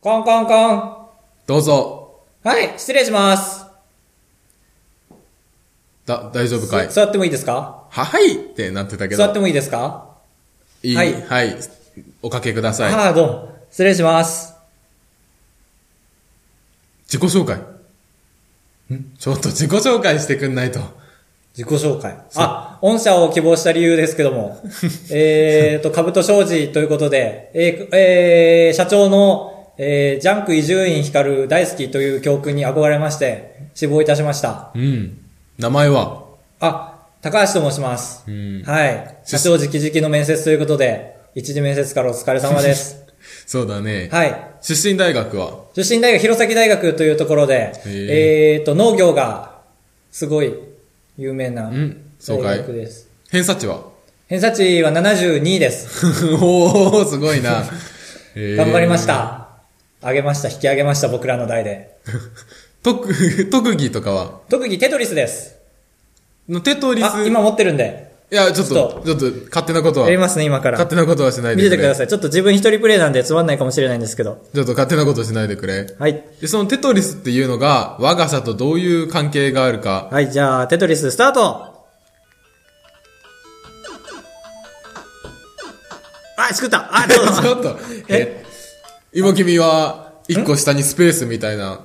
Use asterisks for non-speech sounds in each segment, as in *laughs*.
コンコンコン。どうぞ。はい、失礼します。だ、大丈夫かい座ってもいいですかは、はいってなってたけど。座ってもいいですかいい、ははいい、おかけください。ああ、どうも。失礼します。自己紹介。んちょっと自己紹介してくんないと。自己紹介。あ、御社を希望した理由ですけど *laughs* も。えっと、株と商事ということで、えーえー社長の、えージャンク伊集院光大好きという教訓に憧れまして、志望いたしました。うん。名前はあ、高橋と申します。んはい。社長直々の面接ということで、一次面接からお疲れ様 *laughs* です。そうだね。はい。出身大学は出身大学、弘前大学というところで、へえっ、と、農業が、すごい、有名な、んそう大かい学です。偏差値は *laughs* 偏差値は72位です。おー、すごいな。えー *laughs* 頑張りまし。た。上げました、引き上げました、僕らの代で。特、特技とかは特技、テトリスです。のテトリス。あ、今持ってるんで。いや、ちょっと、ちょっと、勝手なことはやり。ますね、今から勝。手なことはしない見でてくてれ。ください。ちょっと自分一人プレイなんでつまんないかもしれないんですけど。ちょっと勝手なことしないでくれ。はい。で、そのテトリスっていうのが、我が社とどういう関係があるか。 *laughs* はい、じゃあ、テトリス、スタートあ、しくったあ、 *laughs* どうぞちょっと、え、今君は、一個下にスペースみたいな。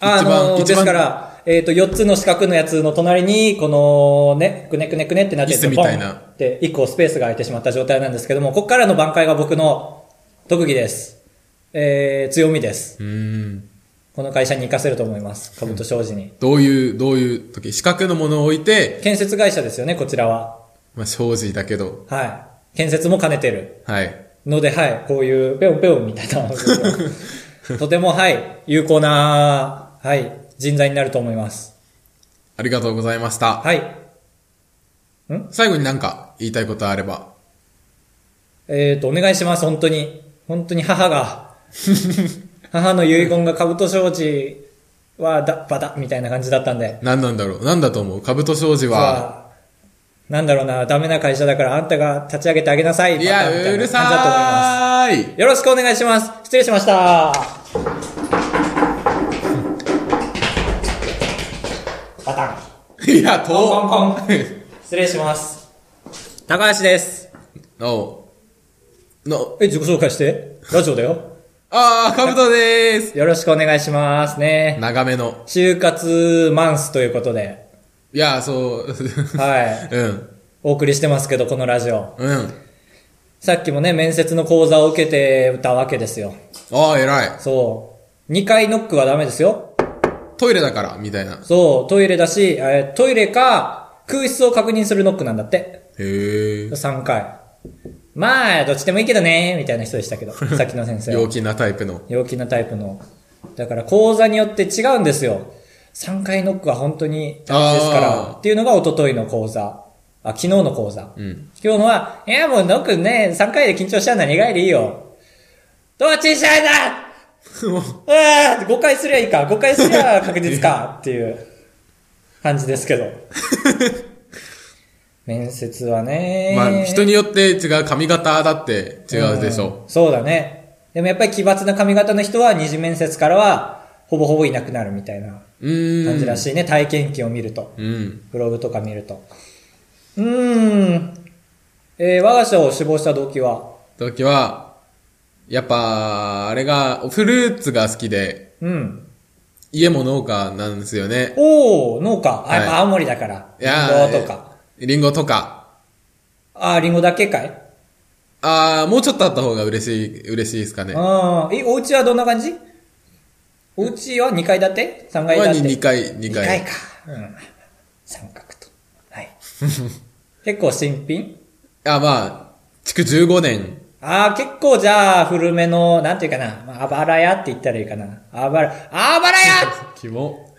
あのー、一ですか番ら、えっ、と、4つの四角のやつの隣に、この、ね、くねくねくねってなって椅子て、みたいなポンって、1個スペースが空いてしまった状態なんですけども、ここからの挽回が僕の特技です。えー、強みです。うーん。この会社に活かせると思います。株と商事に。どういう、どういう時、四角のものを置いて、建設会社ですよね、こちらは。まあ、正直だけど、はい。建設も兼ねてる。はい。ので、はい、こういう、ペオンペオンみたいな。 *laughs* とても、はい、有効な、はい、人材になると思います。ありがとうございました。はい。最後になんか言いたいことあれば。えっ、と、お願いします、本当に。本当に母 *laughs* が。母の遺言が兜障子はだ、バタみたいな感じだったんで。何なんだろう何だと思うカブト商事は、なんだろうな、ダメな会社だからあんたが立ち上げてあげなさい。いバや、タみたういなる感じだと思いまさーいす。よろしくお願いします。失礼しました。バタン。いや、コンと、コンコン。失礼します。高橋です。 *laughs* の、の、え、自己紹介して。ラジオだよ。あー、カブトでーすよろしくお願いしますね。長めの。就活マンスということで、いや、そう、はい。うん、お送りしてますけど、このラジオ。うん。さっきもね、面接の講座を受けてたわけですよ。ああ、偉い。そう。2回ノックはダメですよ。トイレだから、みたいな。そう、トイレだし、えートイレか、空室を確認するノックなんだって。へえ。 3回。まあ、どっちでもいいけどね、みたいな人でしたけど、さっきの先生は陽気なタイプの。陽気なタイプの。だから講座によって違うんですよ。3回ノックは本当に大事ですかあら。ーっていうのが一昨日の講座。あ、昨日の講座。うん。今日のは、いやもうノックね、3回で緊張しちゃうな、2回でいいよ。どっちにしちゃうんだうわー !5 回すりゃいいか、5回すりゃ確実 *laughs* か、っていう感じですけど。面接はね。まあ、人によって違う、髪型だって違うでしょ。んそうだね。でもやっぱり奇抜な髪型の人は二次面接からは、ほぼほぼいなくなるみたいなうーん。感じらしいね。体験記を見ると。うん。ブログとか見ると。うーん。えー、我が社を死亡した動機は時は、やっぱ、あれが、フルーツが好きで、うん。家も農家なんですよね。おー、農家。あ、はいやっぱ青森だから。いやーリンゴとか。リンゴとか。あー、リンゴだけかいあー、もうちょっとあった方が嬉しい、嬉しいですかね。はあー、え、お家はどんな感じお家は2階建て ?3 階建て2回、2 2回。階か。うん。三角と。 *laughs* はい。結構新品あ、まあ、築15年。ああ、結構じゃあ、古めの、なんていうかな、まあ、あばら屋って言ったらいいかな。あばら、あばら *laughs* 屋キモ。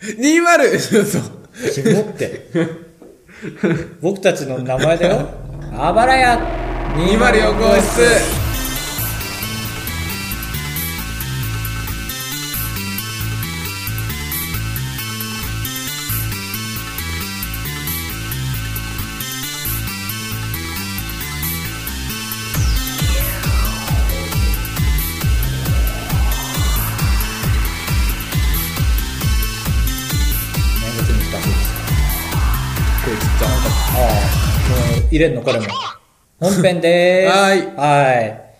20! そう。キモって。 *laughs* 僕たちの名前だよ。あばら屋204号室入れんのこれも。本編でーす。はーい。はい。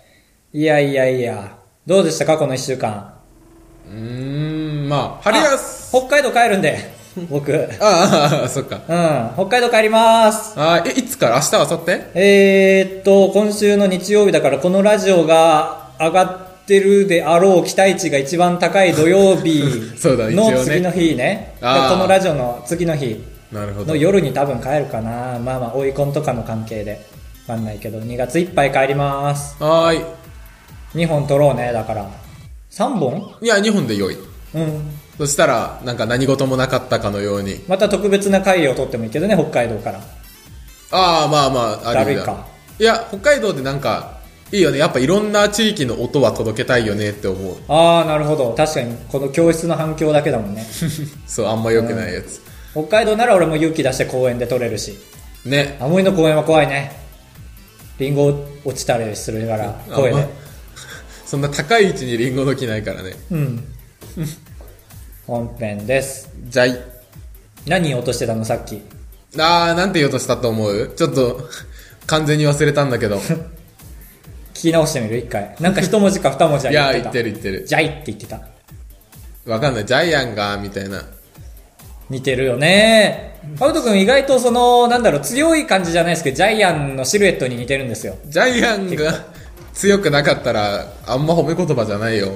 いやいやいや。どうでしたかこの一週間。うーん、まあ、春休あ北海道帰るんで。僕。うん。み。ああ、そっか。北海道帰ります。あーえ、いつから明日、明後日えー、っと、今週の日曜日だから、このラジオが上がってるであろう期待値が一番高い土曜日 *laughs* そうだ一応ねの次の日ね。あーこのラジオの次の日。なるほどの。夜に多分帰るかなまあまあ追い込んとかの関係でわかんないけど2月いっぱい帰りますはー2本取ろうねだから3本い。いや、日本で良い。うんそしたら、なんか何事もなかったかのように。また特別な会を取ってもいいけどね北海道からああ、まあまあ、あだるる意い味だか。いや、北海道でなんか、いいよね。やっぱいろんな地域の音は届けたいよねって思う。ああなるほど確かにこの教室の反響だけだもん *laughs* ねそう、あんま良くないやつ。北海道なら俺も勇気出して公園で取れるしね。青森の公園は怖いねリンゴ落ちたりするからあ公園ま *laughs* であそんな高い位置にリンゴの木ないからね。うん本編ですじゃい。何言おうとしてたのさっきあー、なんて言おうとしたと思うちょっと、完全に忘れたんだ *laughs* けど。聞き直してみる一回なんか一文字か二文字はい言っやてー、た言ってる言ってる。ジャイって言ってたわかんない。ジャイアンが、みたいな。似てるよねカブト君意外とそのなんだろう強い感じじゃないですけどジャイアンのシルエットに似てるんですよジャイアンが強くなかったら、あんま褒め言葉じゃないよ。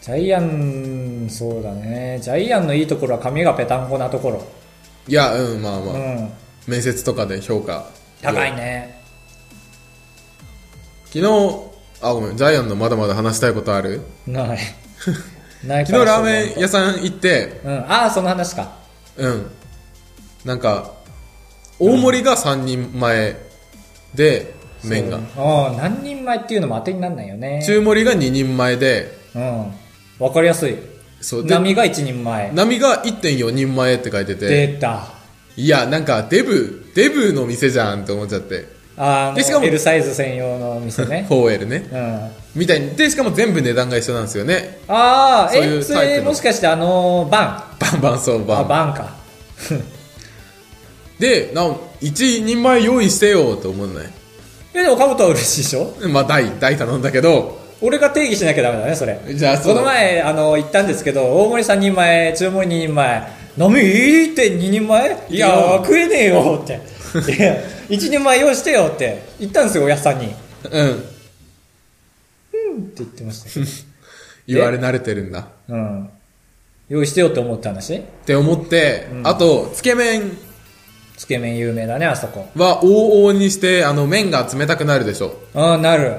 ジャイアンそうだねジャイアンのいいところは髪がペタンコなところいや、うん、まあまあ。うん面接とかで評価。高いね昨日、あ、ごめん、ジャイアンのまだまだ話したいことあるないない昨日ラーメンや屋さん行って、うんああその話かうん。なんか、大盛りが3人前で、麺が。ああ何人前っていうのも当てにならないよね中盛りが2人前で、うんわかりやすいそう、で、波が一人前波が1.4人前って書いてて、出たいや、なんかデブ、デブの店じゃんって思っちゃって、あでしかのも L サイズ専用のお店ね 4L ね。うんみたいに、で、しかも全部値段が一緒なんですよね。ああ、そういえ、うそタイれプのもしかしてあのー、ババンバンそうン。バあ、ン。バンか。で、なお、1人前用意してよと思わない。え、でもカブトは嬉しいでしょまあ、大、大頼んだけど、俺が定義しなきゃダメだね、それ。じゃあ、こそのの、前、あの、言ったんですけど、大盛り3人前、中盛り2人前、飲み1.2人前いいややー、食えねえよって。いや、1人前用意してよって言ったんですよ、おやっさんに。ってうん。言ってましたけど。言われ慣れてるんだ。っうん。用意してよって思った話て思って、あと、つけ麺つけ麺有名だね、あそこ。は往々にして、あの、麺が冷たくなるでしょ。ああ、なる。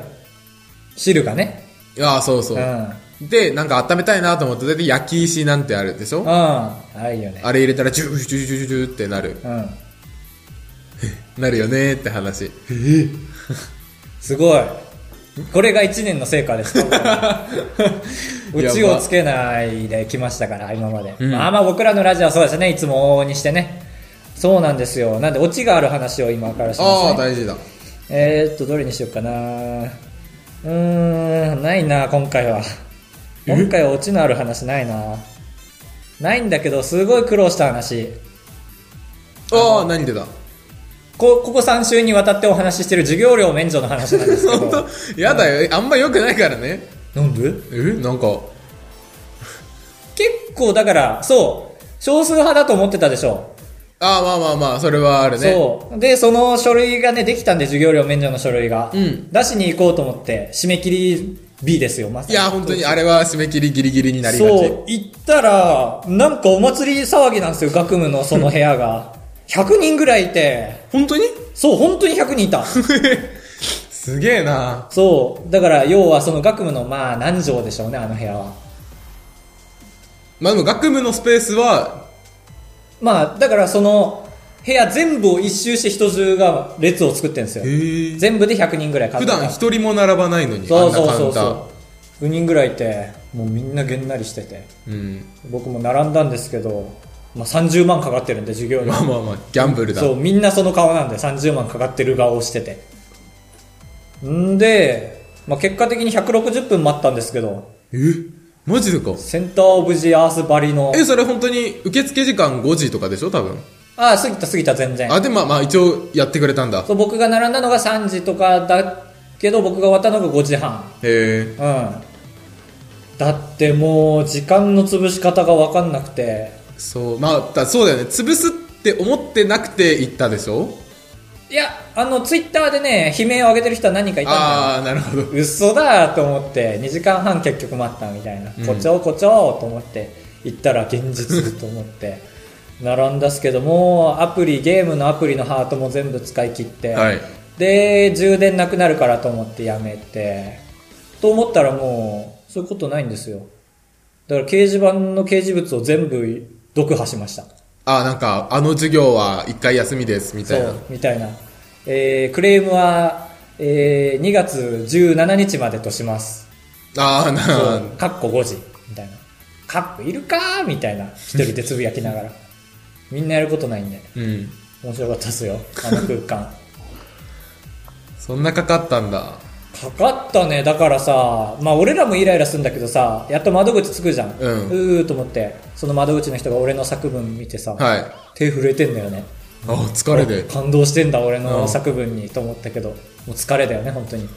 汁がね。ああ、そううそん。うう。ん。で、なんか温めたいなと思って、で、焼き石なんてあるでしょああ、いいよね。あれ入れたら、ジュージュージュージューってなる。うん。なるよねーって話。すごい。これが1年の成果 *laughs* です。うちをつけないで来ましたから、今まで。うんまあまあ僕らのラジオはそうですね、いつも往々にしてね。そうなんですよ。なんで、オチがある話を今からしあまあ、す、ね。大事だ。えー、っと、どれにしようかな。うーん、ないな、今回は。今回はオチのある話ないな。ないんだけど、すごい苦労した話。ああ、何出たこここ3週にわたってお話ししてる授業料免除の話なんですけ *laughs* 本ど。当やだよ。あんま良くないからね。なんでえなんか、結構だから、そう、少数派だと思ってたでしょ。ああ、まあまあまあ、それはあるね。そう。で、その書類がね、できたんで、授業料免除の書類が。うん出しに行こうと思って、締め切り B ですよ、まさいに。や、本当にあれは締め切りギリギリになりがち。そう、行ったら、なんかお祭り騒ぎなんですよ、学務のその部屋 *laughs* が。100人ぐらいいて、*laughs* 本当にそう、本当に100人いた。すげえな。そう。だから、要はその学務の、まあ、何畳でしょうね、あの部屋は。まあでも学部のスペースは、まあ、だからその、部屋全部を一周して人中が列を作ってるんですよ。へえ。全部で100人ぐらい数普えた段一人も並ばないのに、そうそうあんそなうそカウンう4人ぐらいいてもうみんなげんなりしててター。うん。僕も並んだんですけど、まあ、30万かかってるんで授業料まあまあまあ、ギャンブルだ。そうみんなその顔なんで30万かかってる顔をしててんで、まあ、結果的に160分待ったんですけどえマジでか。センターオブジアースバリのえ、それ本当に受付時間5時とかでしょ多分。ああ、過ぎた過ぎた全然。あ、でもまあまあ一応やってくれたんだ。へそう僕が並んだのが3時とかだけど、僕が終わったのが5時半。え。うん。だってもう、時間の潰し方がわかんなくて。そう、まあ、だそうだよね。潰すって思ってなくて行ったでしょいや、あの、ツイッターでね、悲鳴を上げてる人は何人かいたんだああ、なるほど。嘘だと思って、2時間半結局待ったみたいな。うんこちょこちょと思って、行ったら現実と思って、並んだっすけども、アプリ、ゲームのアプリのハートも全部使い切って、はい。で、充電なくなるからと思ってやめて、と思ったらもう、そういうことないんですよ。だから掲示板の掲示物を全部読破しました。ああ、なんか、あの授業は一回休みです、みたそいなう。、みたいな。えー、クレームは、えー、2月17日までとします。ああ、そなう、かっこ5時、みたいな。かっこいるかーみたいな、一人でつぶやきなが *laughs* ら。みんなやることないんで、うん。面白かったっすよ、あの空間。 *laughs* そんなかかったんだ。かかったねだからさまあ俺らもイライラするんだけどさやっと窓口つくじゃん、うんーと思ってその窓口の人が俺の作文見てさ、はい。手震えてんだよねああ、疲れで。感動してんだ俺のうん作文に、と思ったけどもう疲れだよね本当 *laughs* にも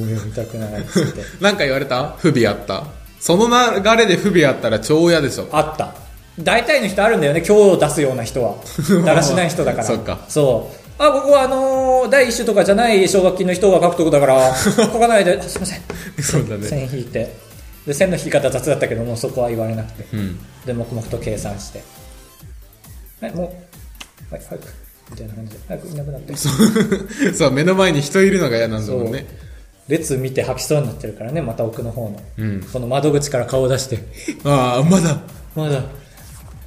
う読みたくないっつってなんか言われた不備あった。その流れで不備あったら超嫌 *laughs* でしょ。あった大体の人あるんだよね今日出すような人 *laughs* はだらしない人だからそっかそうあここはあのー第一種とかじゃない奨学金の人が書くとこだから *laughs* 書かないであすいませんそうだね。線引いてで線の引き方雑だったけどもうそこは言われなくてうん。で黙々と計算してはいもうはい早くみたいな感じで早くいなくなってそう、目の前に人いるのが嫌なんだもんね。列見て吐きそうになってるからねまた奥の方の、うんこの窓口から顔を出してああ、まだ。まだ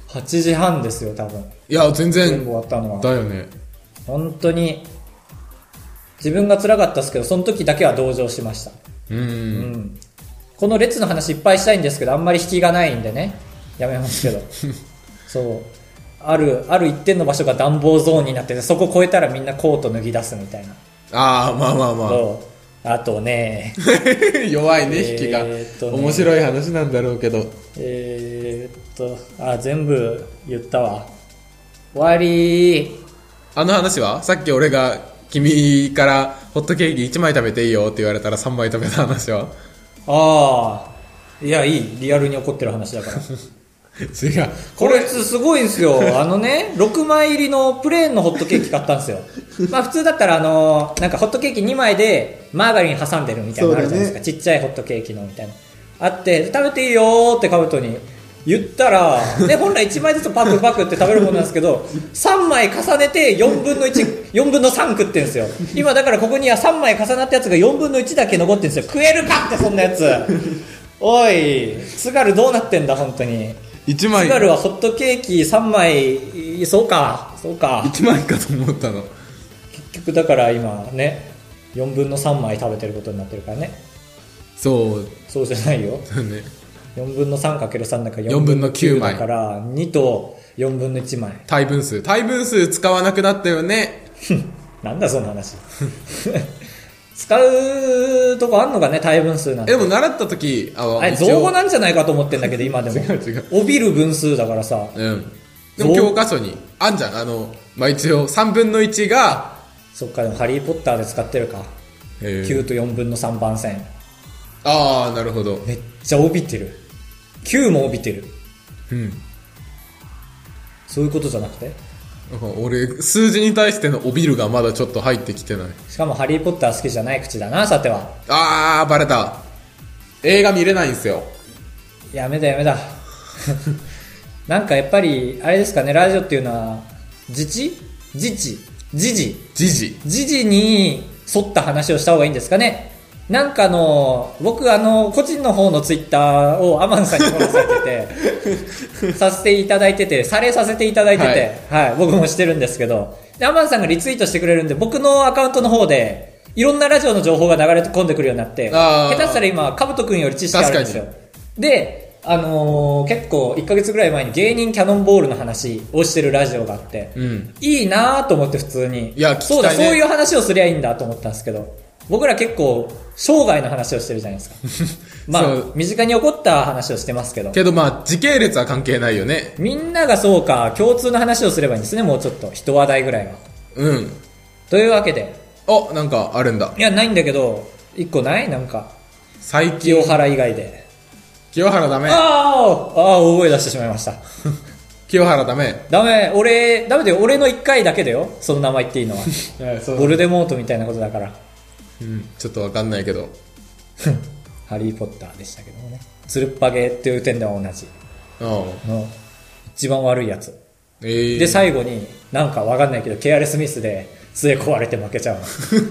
8時半ですよ多分いや、全全部然。終わったのはだよね。本当に自分が辛かったですけどその時だけは同情しましたうん。うんこの列の話いっぱいしたいんですけどあんまり引きがないんでねやめますけどそうあるある一点の場所が暖房ゾーンになっててそこ越えたらみんなコート脱ぎ出すみたいなああ、まあまあまあ。そうあとね *laughs* *laughs* 弱いね、引きが。えーっとね面白い話なんだろうけど。えーっとあ全部言ったわ終わりーあの話はさっき俺が君からホットケーキ1枚食べていいよって言われたら3枚食べた話は *laughs* ああいやいいリアルに怒ってる話だから違う。これすごいんですよあのね6枚入りのプレーンのホットケーキ買ったんですよまあ普通だったらあのなんかホットケーキ2枚でマーガリン挟んでるみたいなのあるじゃないですか、ちっちゃいホットケーキのみたいなあって食べていいよーってカブトに言ったら、ね、本来1枚ずつパクパクって食べるものなんですけど3枚重ねて4分の14分の3食ってんですよ今だからここには3枚重なったやつが4分の1だけ残ってんですよ食えるかってそんなやつおい津軽どうなってんだ本当に1津枚、軽はホットケーキ3枚そうかそうか1枚かと思ったの。結局だから今ね4分の3枚食べてることになってるからねそうそうじゃないよだね。 4分の 3×3 だから4分の9枚だから2と4分の1枚 *laughs* 対分数。対分数使わなくなったよね。なんだその話 *laughs* 使うとこあんのかね対分数なんてえでも習った時、ああれ一応造語なんじゃないかと思ってんだけど今でも *laughs* 違う違う帯びる分数だからさうん。でも教科書に、あんじゃん。あの、まあ、一応3分の1が、そっかでもハリー・ポッターで使ってるかえー9と4分の3番線ああ、なるほど。めっちゃ帯びてる9も帯びてるうん。そういうことじゃなくてなんか俺、数字に対してのおビルがまだちょっと入ってきてない。しかも「ハリー・ポッター」好きじゃない口だなさてはあー、バレた。映画見れないんすよ。やめだやめだ *laughs* なんかやっぱりあれですかねラジオっていうのは自治自治自治ジジ。時事に沿った話をした方がいいんですかねなんかあの、僕あの、個人の方のツイッターをアマンさんにフォローされてて、*laughs* させていただいてて、されさせていただいてて、はい、僕もしてるんですけど、でアマンさんがリツイートしてくれるんで、僕のアカウントの方で、いろんなラジオの情報が流れ込んでくるようになって、あ下手ーしたら今、かぶとくんより知識あるんですよ確。で、あのー結構1ヶ月ぐらい前に芸人キャノンボールの話をしてるラジオがあって、うん。いいなと思って普通に。いや聞きたいねそうだ、そういう *laughs* 話をすりゃいいんだと思ったんですけど、僕ら結構、生涯の話をしてるじゃないですか。まそあう、身近に起こった話をしてますけど。けどまあ、時系列は関係ないよね。みんながそうか、共通の話をすればいいんですね、もうちょっと。一話題ぐらいは。うん。というわけで。あ、なんかあるんだ。いや、ないんだけど、一個ないなんか、最近。清原以外で。清原ダメあ。あああ、大声出してしまいました。清原ダメ。ダメ、俺、ダメだよ。俺の一回だけだよ。その名前言っていい *laughs* のは。ボルデモートみたいなことだから。うん、ちょっとわかんないけど。 *laughs* ハリーポッターでしたけどもね。つるっぱげっていう点では同じ。うん。の一番悪いやつ。ええで、最後に、なんかわかんないけど、ケアレスミスで、杖壊れて負けちゃうの。 *laughs*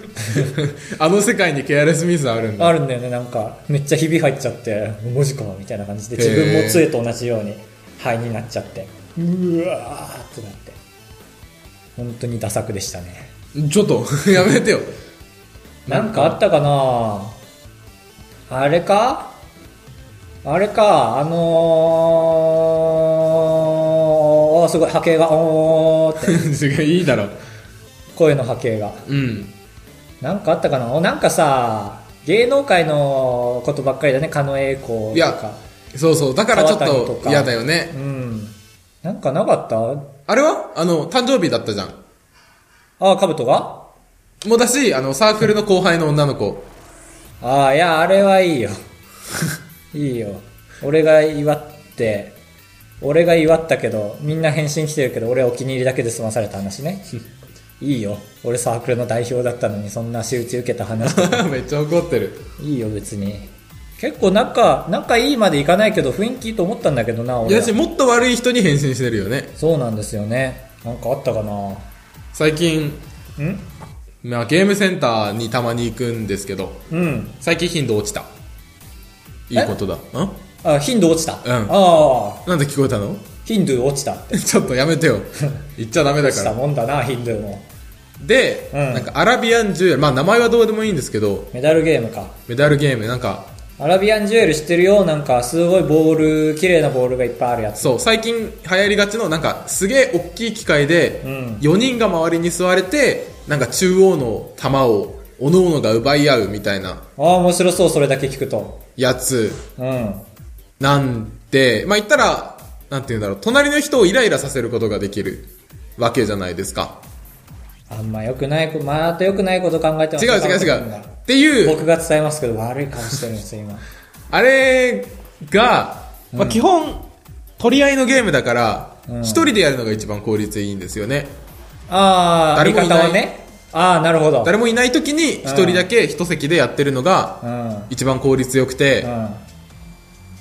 あの世界にケアレスミスあるんだ。あるんだよね、なんか、めっちゃひび入っちゃって、文字か、みたいな感じで、自分へもー杖と同じように、灰になっちゃって、うわーってなって。本当にダ作でしたね。ちょっと、 *laughs* やめてよ。なんかあったかなあれかあれか、あのー、おーすごい波形が、おーって、違ういいだろ。声の波形が。うん。なんかあったかなおなんかさ、芸能界のことばっかりだね、狩野英孝いとやか。そうそう。だからちょっ川谷ととか嫌だよね。うん。なんかなかったあれはあの、誕生日だったじゃん。ああ、かぶとがもうだし、あの、サークルの後輩の女の子。ああ、いや、あれはいい *laughs* よ。いいよ。俺が祝って、俺が祝ったけど、みんな返信来てるけど、俺お気に入りだけで済まされた話 *laughs* ね。いいよ。俺サークルの代表だったのに、そんな仕打ち受けた話。 *laughs* めっちゃ怒ってる。いいよ、別に。結構仲、仲いいまでいかないけど、雰囲気いいと思ったんだけどな、い俺やはし、。もっと悪い人に変身してるよね。そうなんですよね。なんかあったかな最近、んまあ、ゲームセンターにたまに行くんですけど、うん。最近頻度落ちた。いいことだ。んあ、頻度落ちた。んああ、なんで聞こえたの *laughs* 頻度落ちたって。ちょっとや *laughs* めてよ。言っちゃダメだ落かちたら。もんだな、頻度も。で、うんなんかアラビアンジュエル、まあ名前はどうでもいいんですけど、メダルゲームか。メダルゲーム、なんか、アラビアンジュエル知ってるよなんかすごいボール綺麗なボールがいっぱいあるやつそう、最近流行りがちの、なんかすげえ大きい機械でうん、 4人が周りに座れて、なんか中央の球を、各々が奪い合うみたいなああ面白そうそれだけ聞くとやつうんなんで、まあ言ったら、なんて言うんだろう、隣の人をイライラさせることができるわけじゃないですか。あんま良くないこまた良くないこと考えてます違う違う違う。っていう、僕が伝えますけど悪い顔してるんですよ今あれが、まあ基本、取り合いのゲームだから、うん一人でやるのが一番効率いいんですよね。ああ誰味もいない方はねああなるほど誰もいない時に一人だけ一席でやってるのがうんうん一番効率よくて。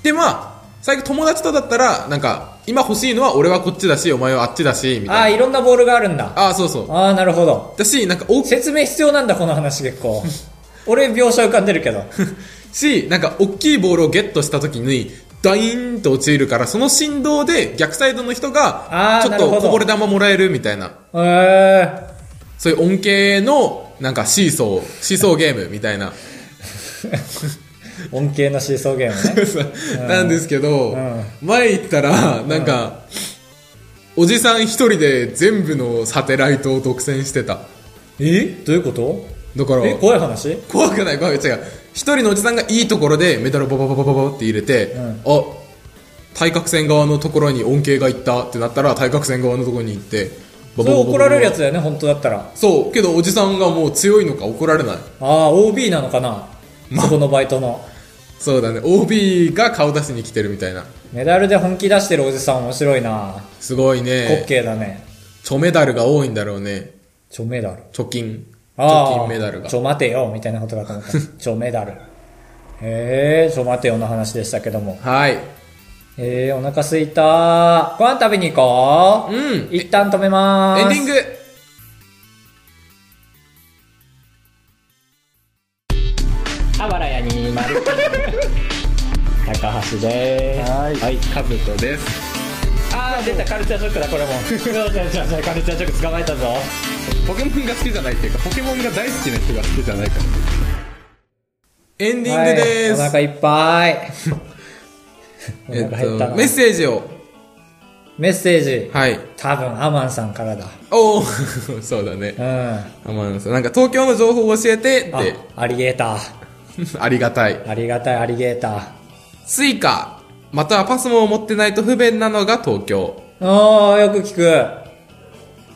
で、まあ、最近友達とだったら、なんか、今欲しいのは俺はこっちだし、お前はあっちだし、みああたいいろんなボールがあるんだな。ああ、そうそう。ああなるほどだし、なんか大き説明必要なんだこの話結 *laughs* 構俺描写浮かんでるけどし、なんか大きいボールをゲットした時に、ダイーンと落ちるから、その振動で逆サイドの人があ、ーちょっなるほとどこぼれ球もらえるみたいな、へえそういう恩恵の、なんかシーソー、シーソーゲームみたいな、恩恵のシーソーゲー *laughs* ムねなんですけどん、前行ったら、なんか、おじさん一人で全部のサテライトを独占してた。えどういうことだから、え怖い話怖くない怖くない違う一人のおじさんがいいところでメダルをババババババって入れて、んあ対角線側のところに恩恵が行ったってなったら対角線側のところに行ってそババれバババ怒られるやつだよね本当だったらそうけどおじさんがもう強いのか怒られないああ OB なのかな、そこのバイトのそうだね OB が顔出しに来てるみたいなメダルで本気出してるおじさん面白いなすごい滑ね稽だねチョメダルが多いんだろうねちょメダル貯金ああ貯金メダルがちょ待てよみたいなことだと *laughs* 思ったちょメダルへえちょ待てよの話でしたけどもはいえー、お腹すいたご飯食べに行こうう、ん一旦止めまーエすンディングあばらやにまる *laughs* 高橋でーすはいはいカブトですあー出たカルチャーショックだこれ *laughs* もそうそうそうそうカルチャーショック捕まえたぞポケモンが好きじゃないっていうかポケモンが大好きな人が好きじゃないからエンディングでーす、はいお腹いっぱい。お *laughs* えっ腹減ったと、なメッセージを。メッセージ。はい。多分、アマンさんからだ。おー *laughs* そうだね。うん。あ、あまあなんか東京の情報を教えてって。ありえた。 *laughs* ありがたい。ありがたい、アリゲーター。スイカ、またはパスモを持ってないと不便なのが東京。ああ、よく聞く。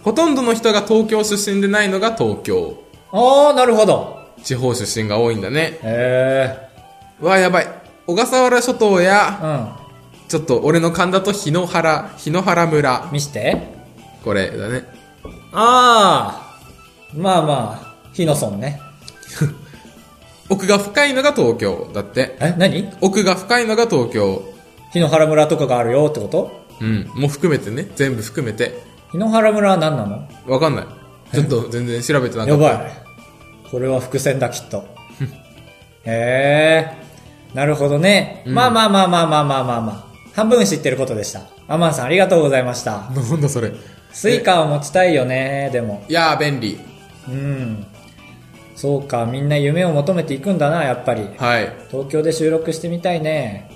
ほとんどの人が東京出身でないのが東京。ああ、なるほど。地方出身が多いんだね。へうわあ、やばい。小笠原諸島えや、ー。ちょっと俺の勘だと日野原、日野原う村ん。。見して。これだね。ああ。まあまあ、日野村ね。奥が深いのが東京。だって。え、何奥が深いのが東京。日野原村とかがあるよってことうん。も含めてね。全部含めて。日野原村は何なのわかんない。ちょっと全然調べてなかやった。ばい。これは伏線だ、きっと。へえ。なるほどね。まあまあまあまあまあまあまあまあ。半分知ってることでした。アマンさんありがとうございました。なんだそれ。スイカを持ちたいよね、でも。いやー便利。うん。そうか、みんな夢を求めていくんだな、やっぱり。はい。東京で収録してみたいね。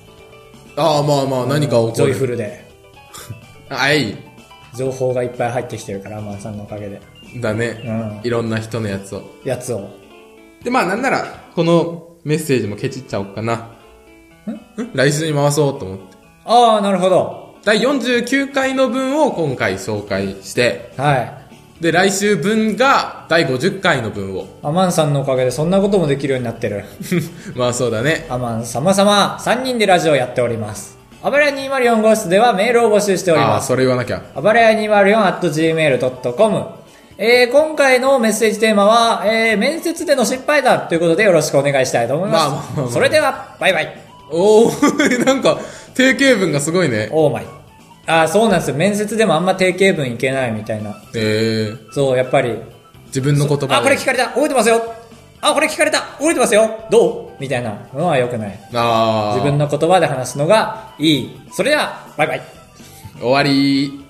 ああ、まあまあ、何か起ジこョイる。フルで。はい。情報がいっぱい入ってきてるから、アマンさんのおかげで。だうね。ん。いろんな人のやつを。やつを。で、まあなんなら、このメッセージもケチっちゃおうかな。ん来週に回そうと思って。ああ、なるほど。第49回の分を今回紹介して、はい。で、来週分が第50回の分を。 *laughs* アマンさんのおかげでそんなこともできるようになってる。まあそうだね。アマン様々3人でラジオをやっております。あばれや204号室ではメールを募集しておりああー、ます。それ言わなきゃ。あばれや 204.gmail.com。えー、今回のメッセージテーマは、えー、面接での失敗談ということでよろしくお願いしたいと思います。まあまあまあまあそれでは、バイバイ。おー、 *laughs* なんか、定型文がすごいね。オーマイ。ああ、そうなんですよ。面接でもあんま定型文いけないみたいな。えー、そう、やっぱり。自分の言葉であ、これ聞かれた覚えてますよあ、これ聞かれた覚えてますよどうみたいなのは良くない。あー自分の言葉で話すのがいい。それでは、バイバイ。終わり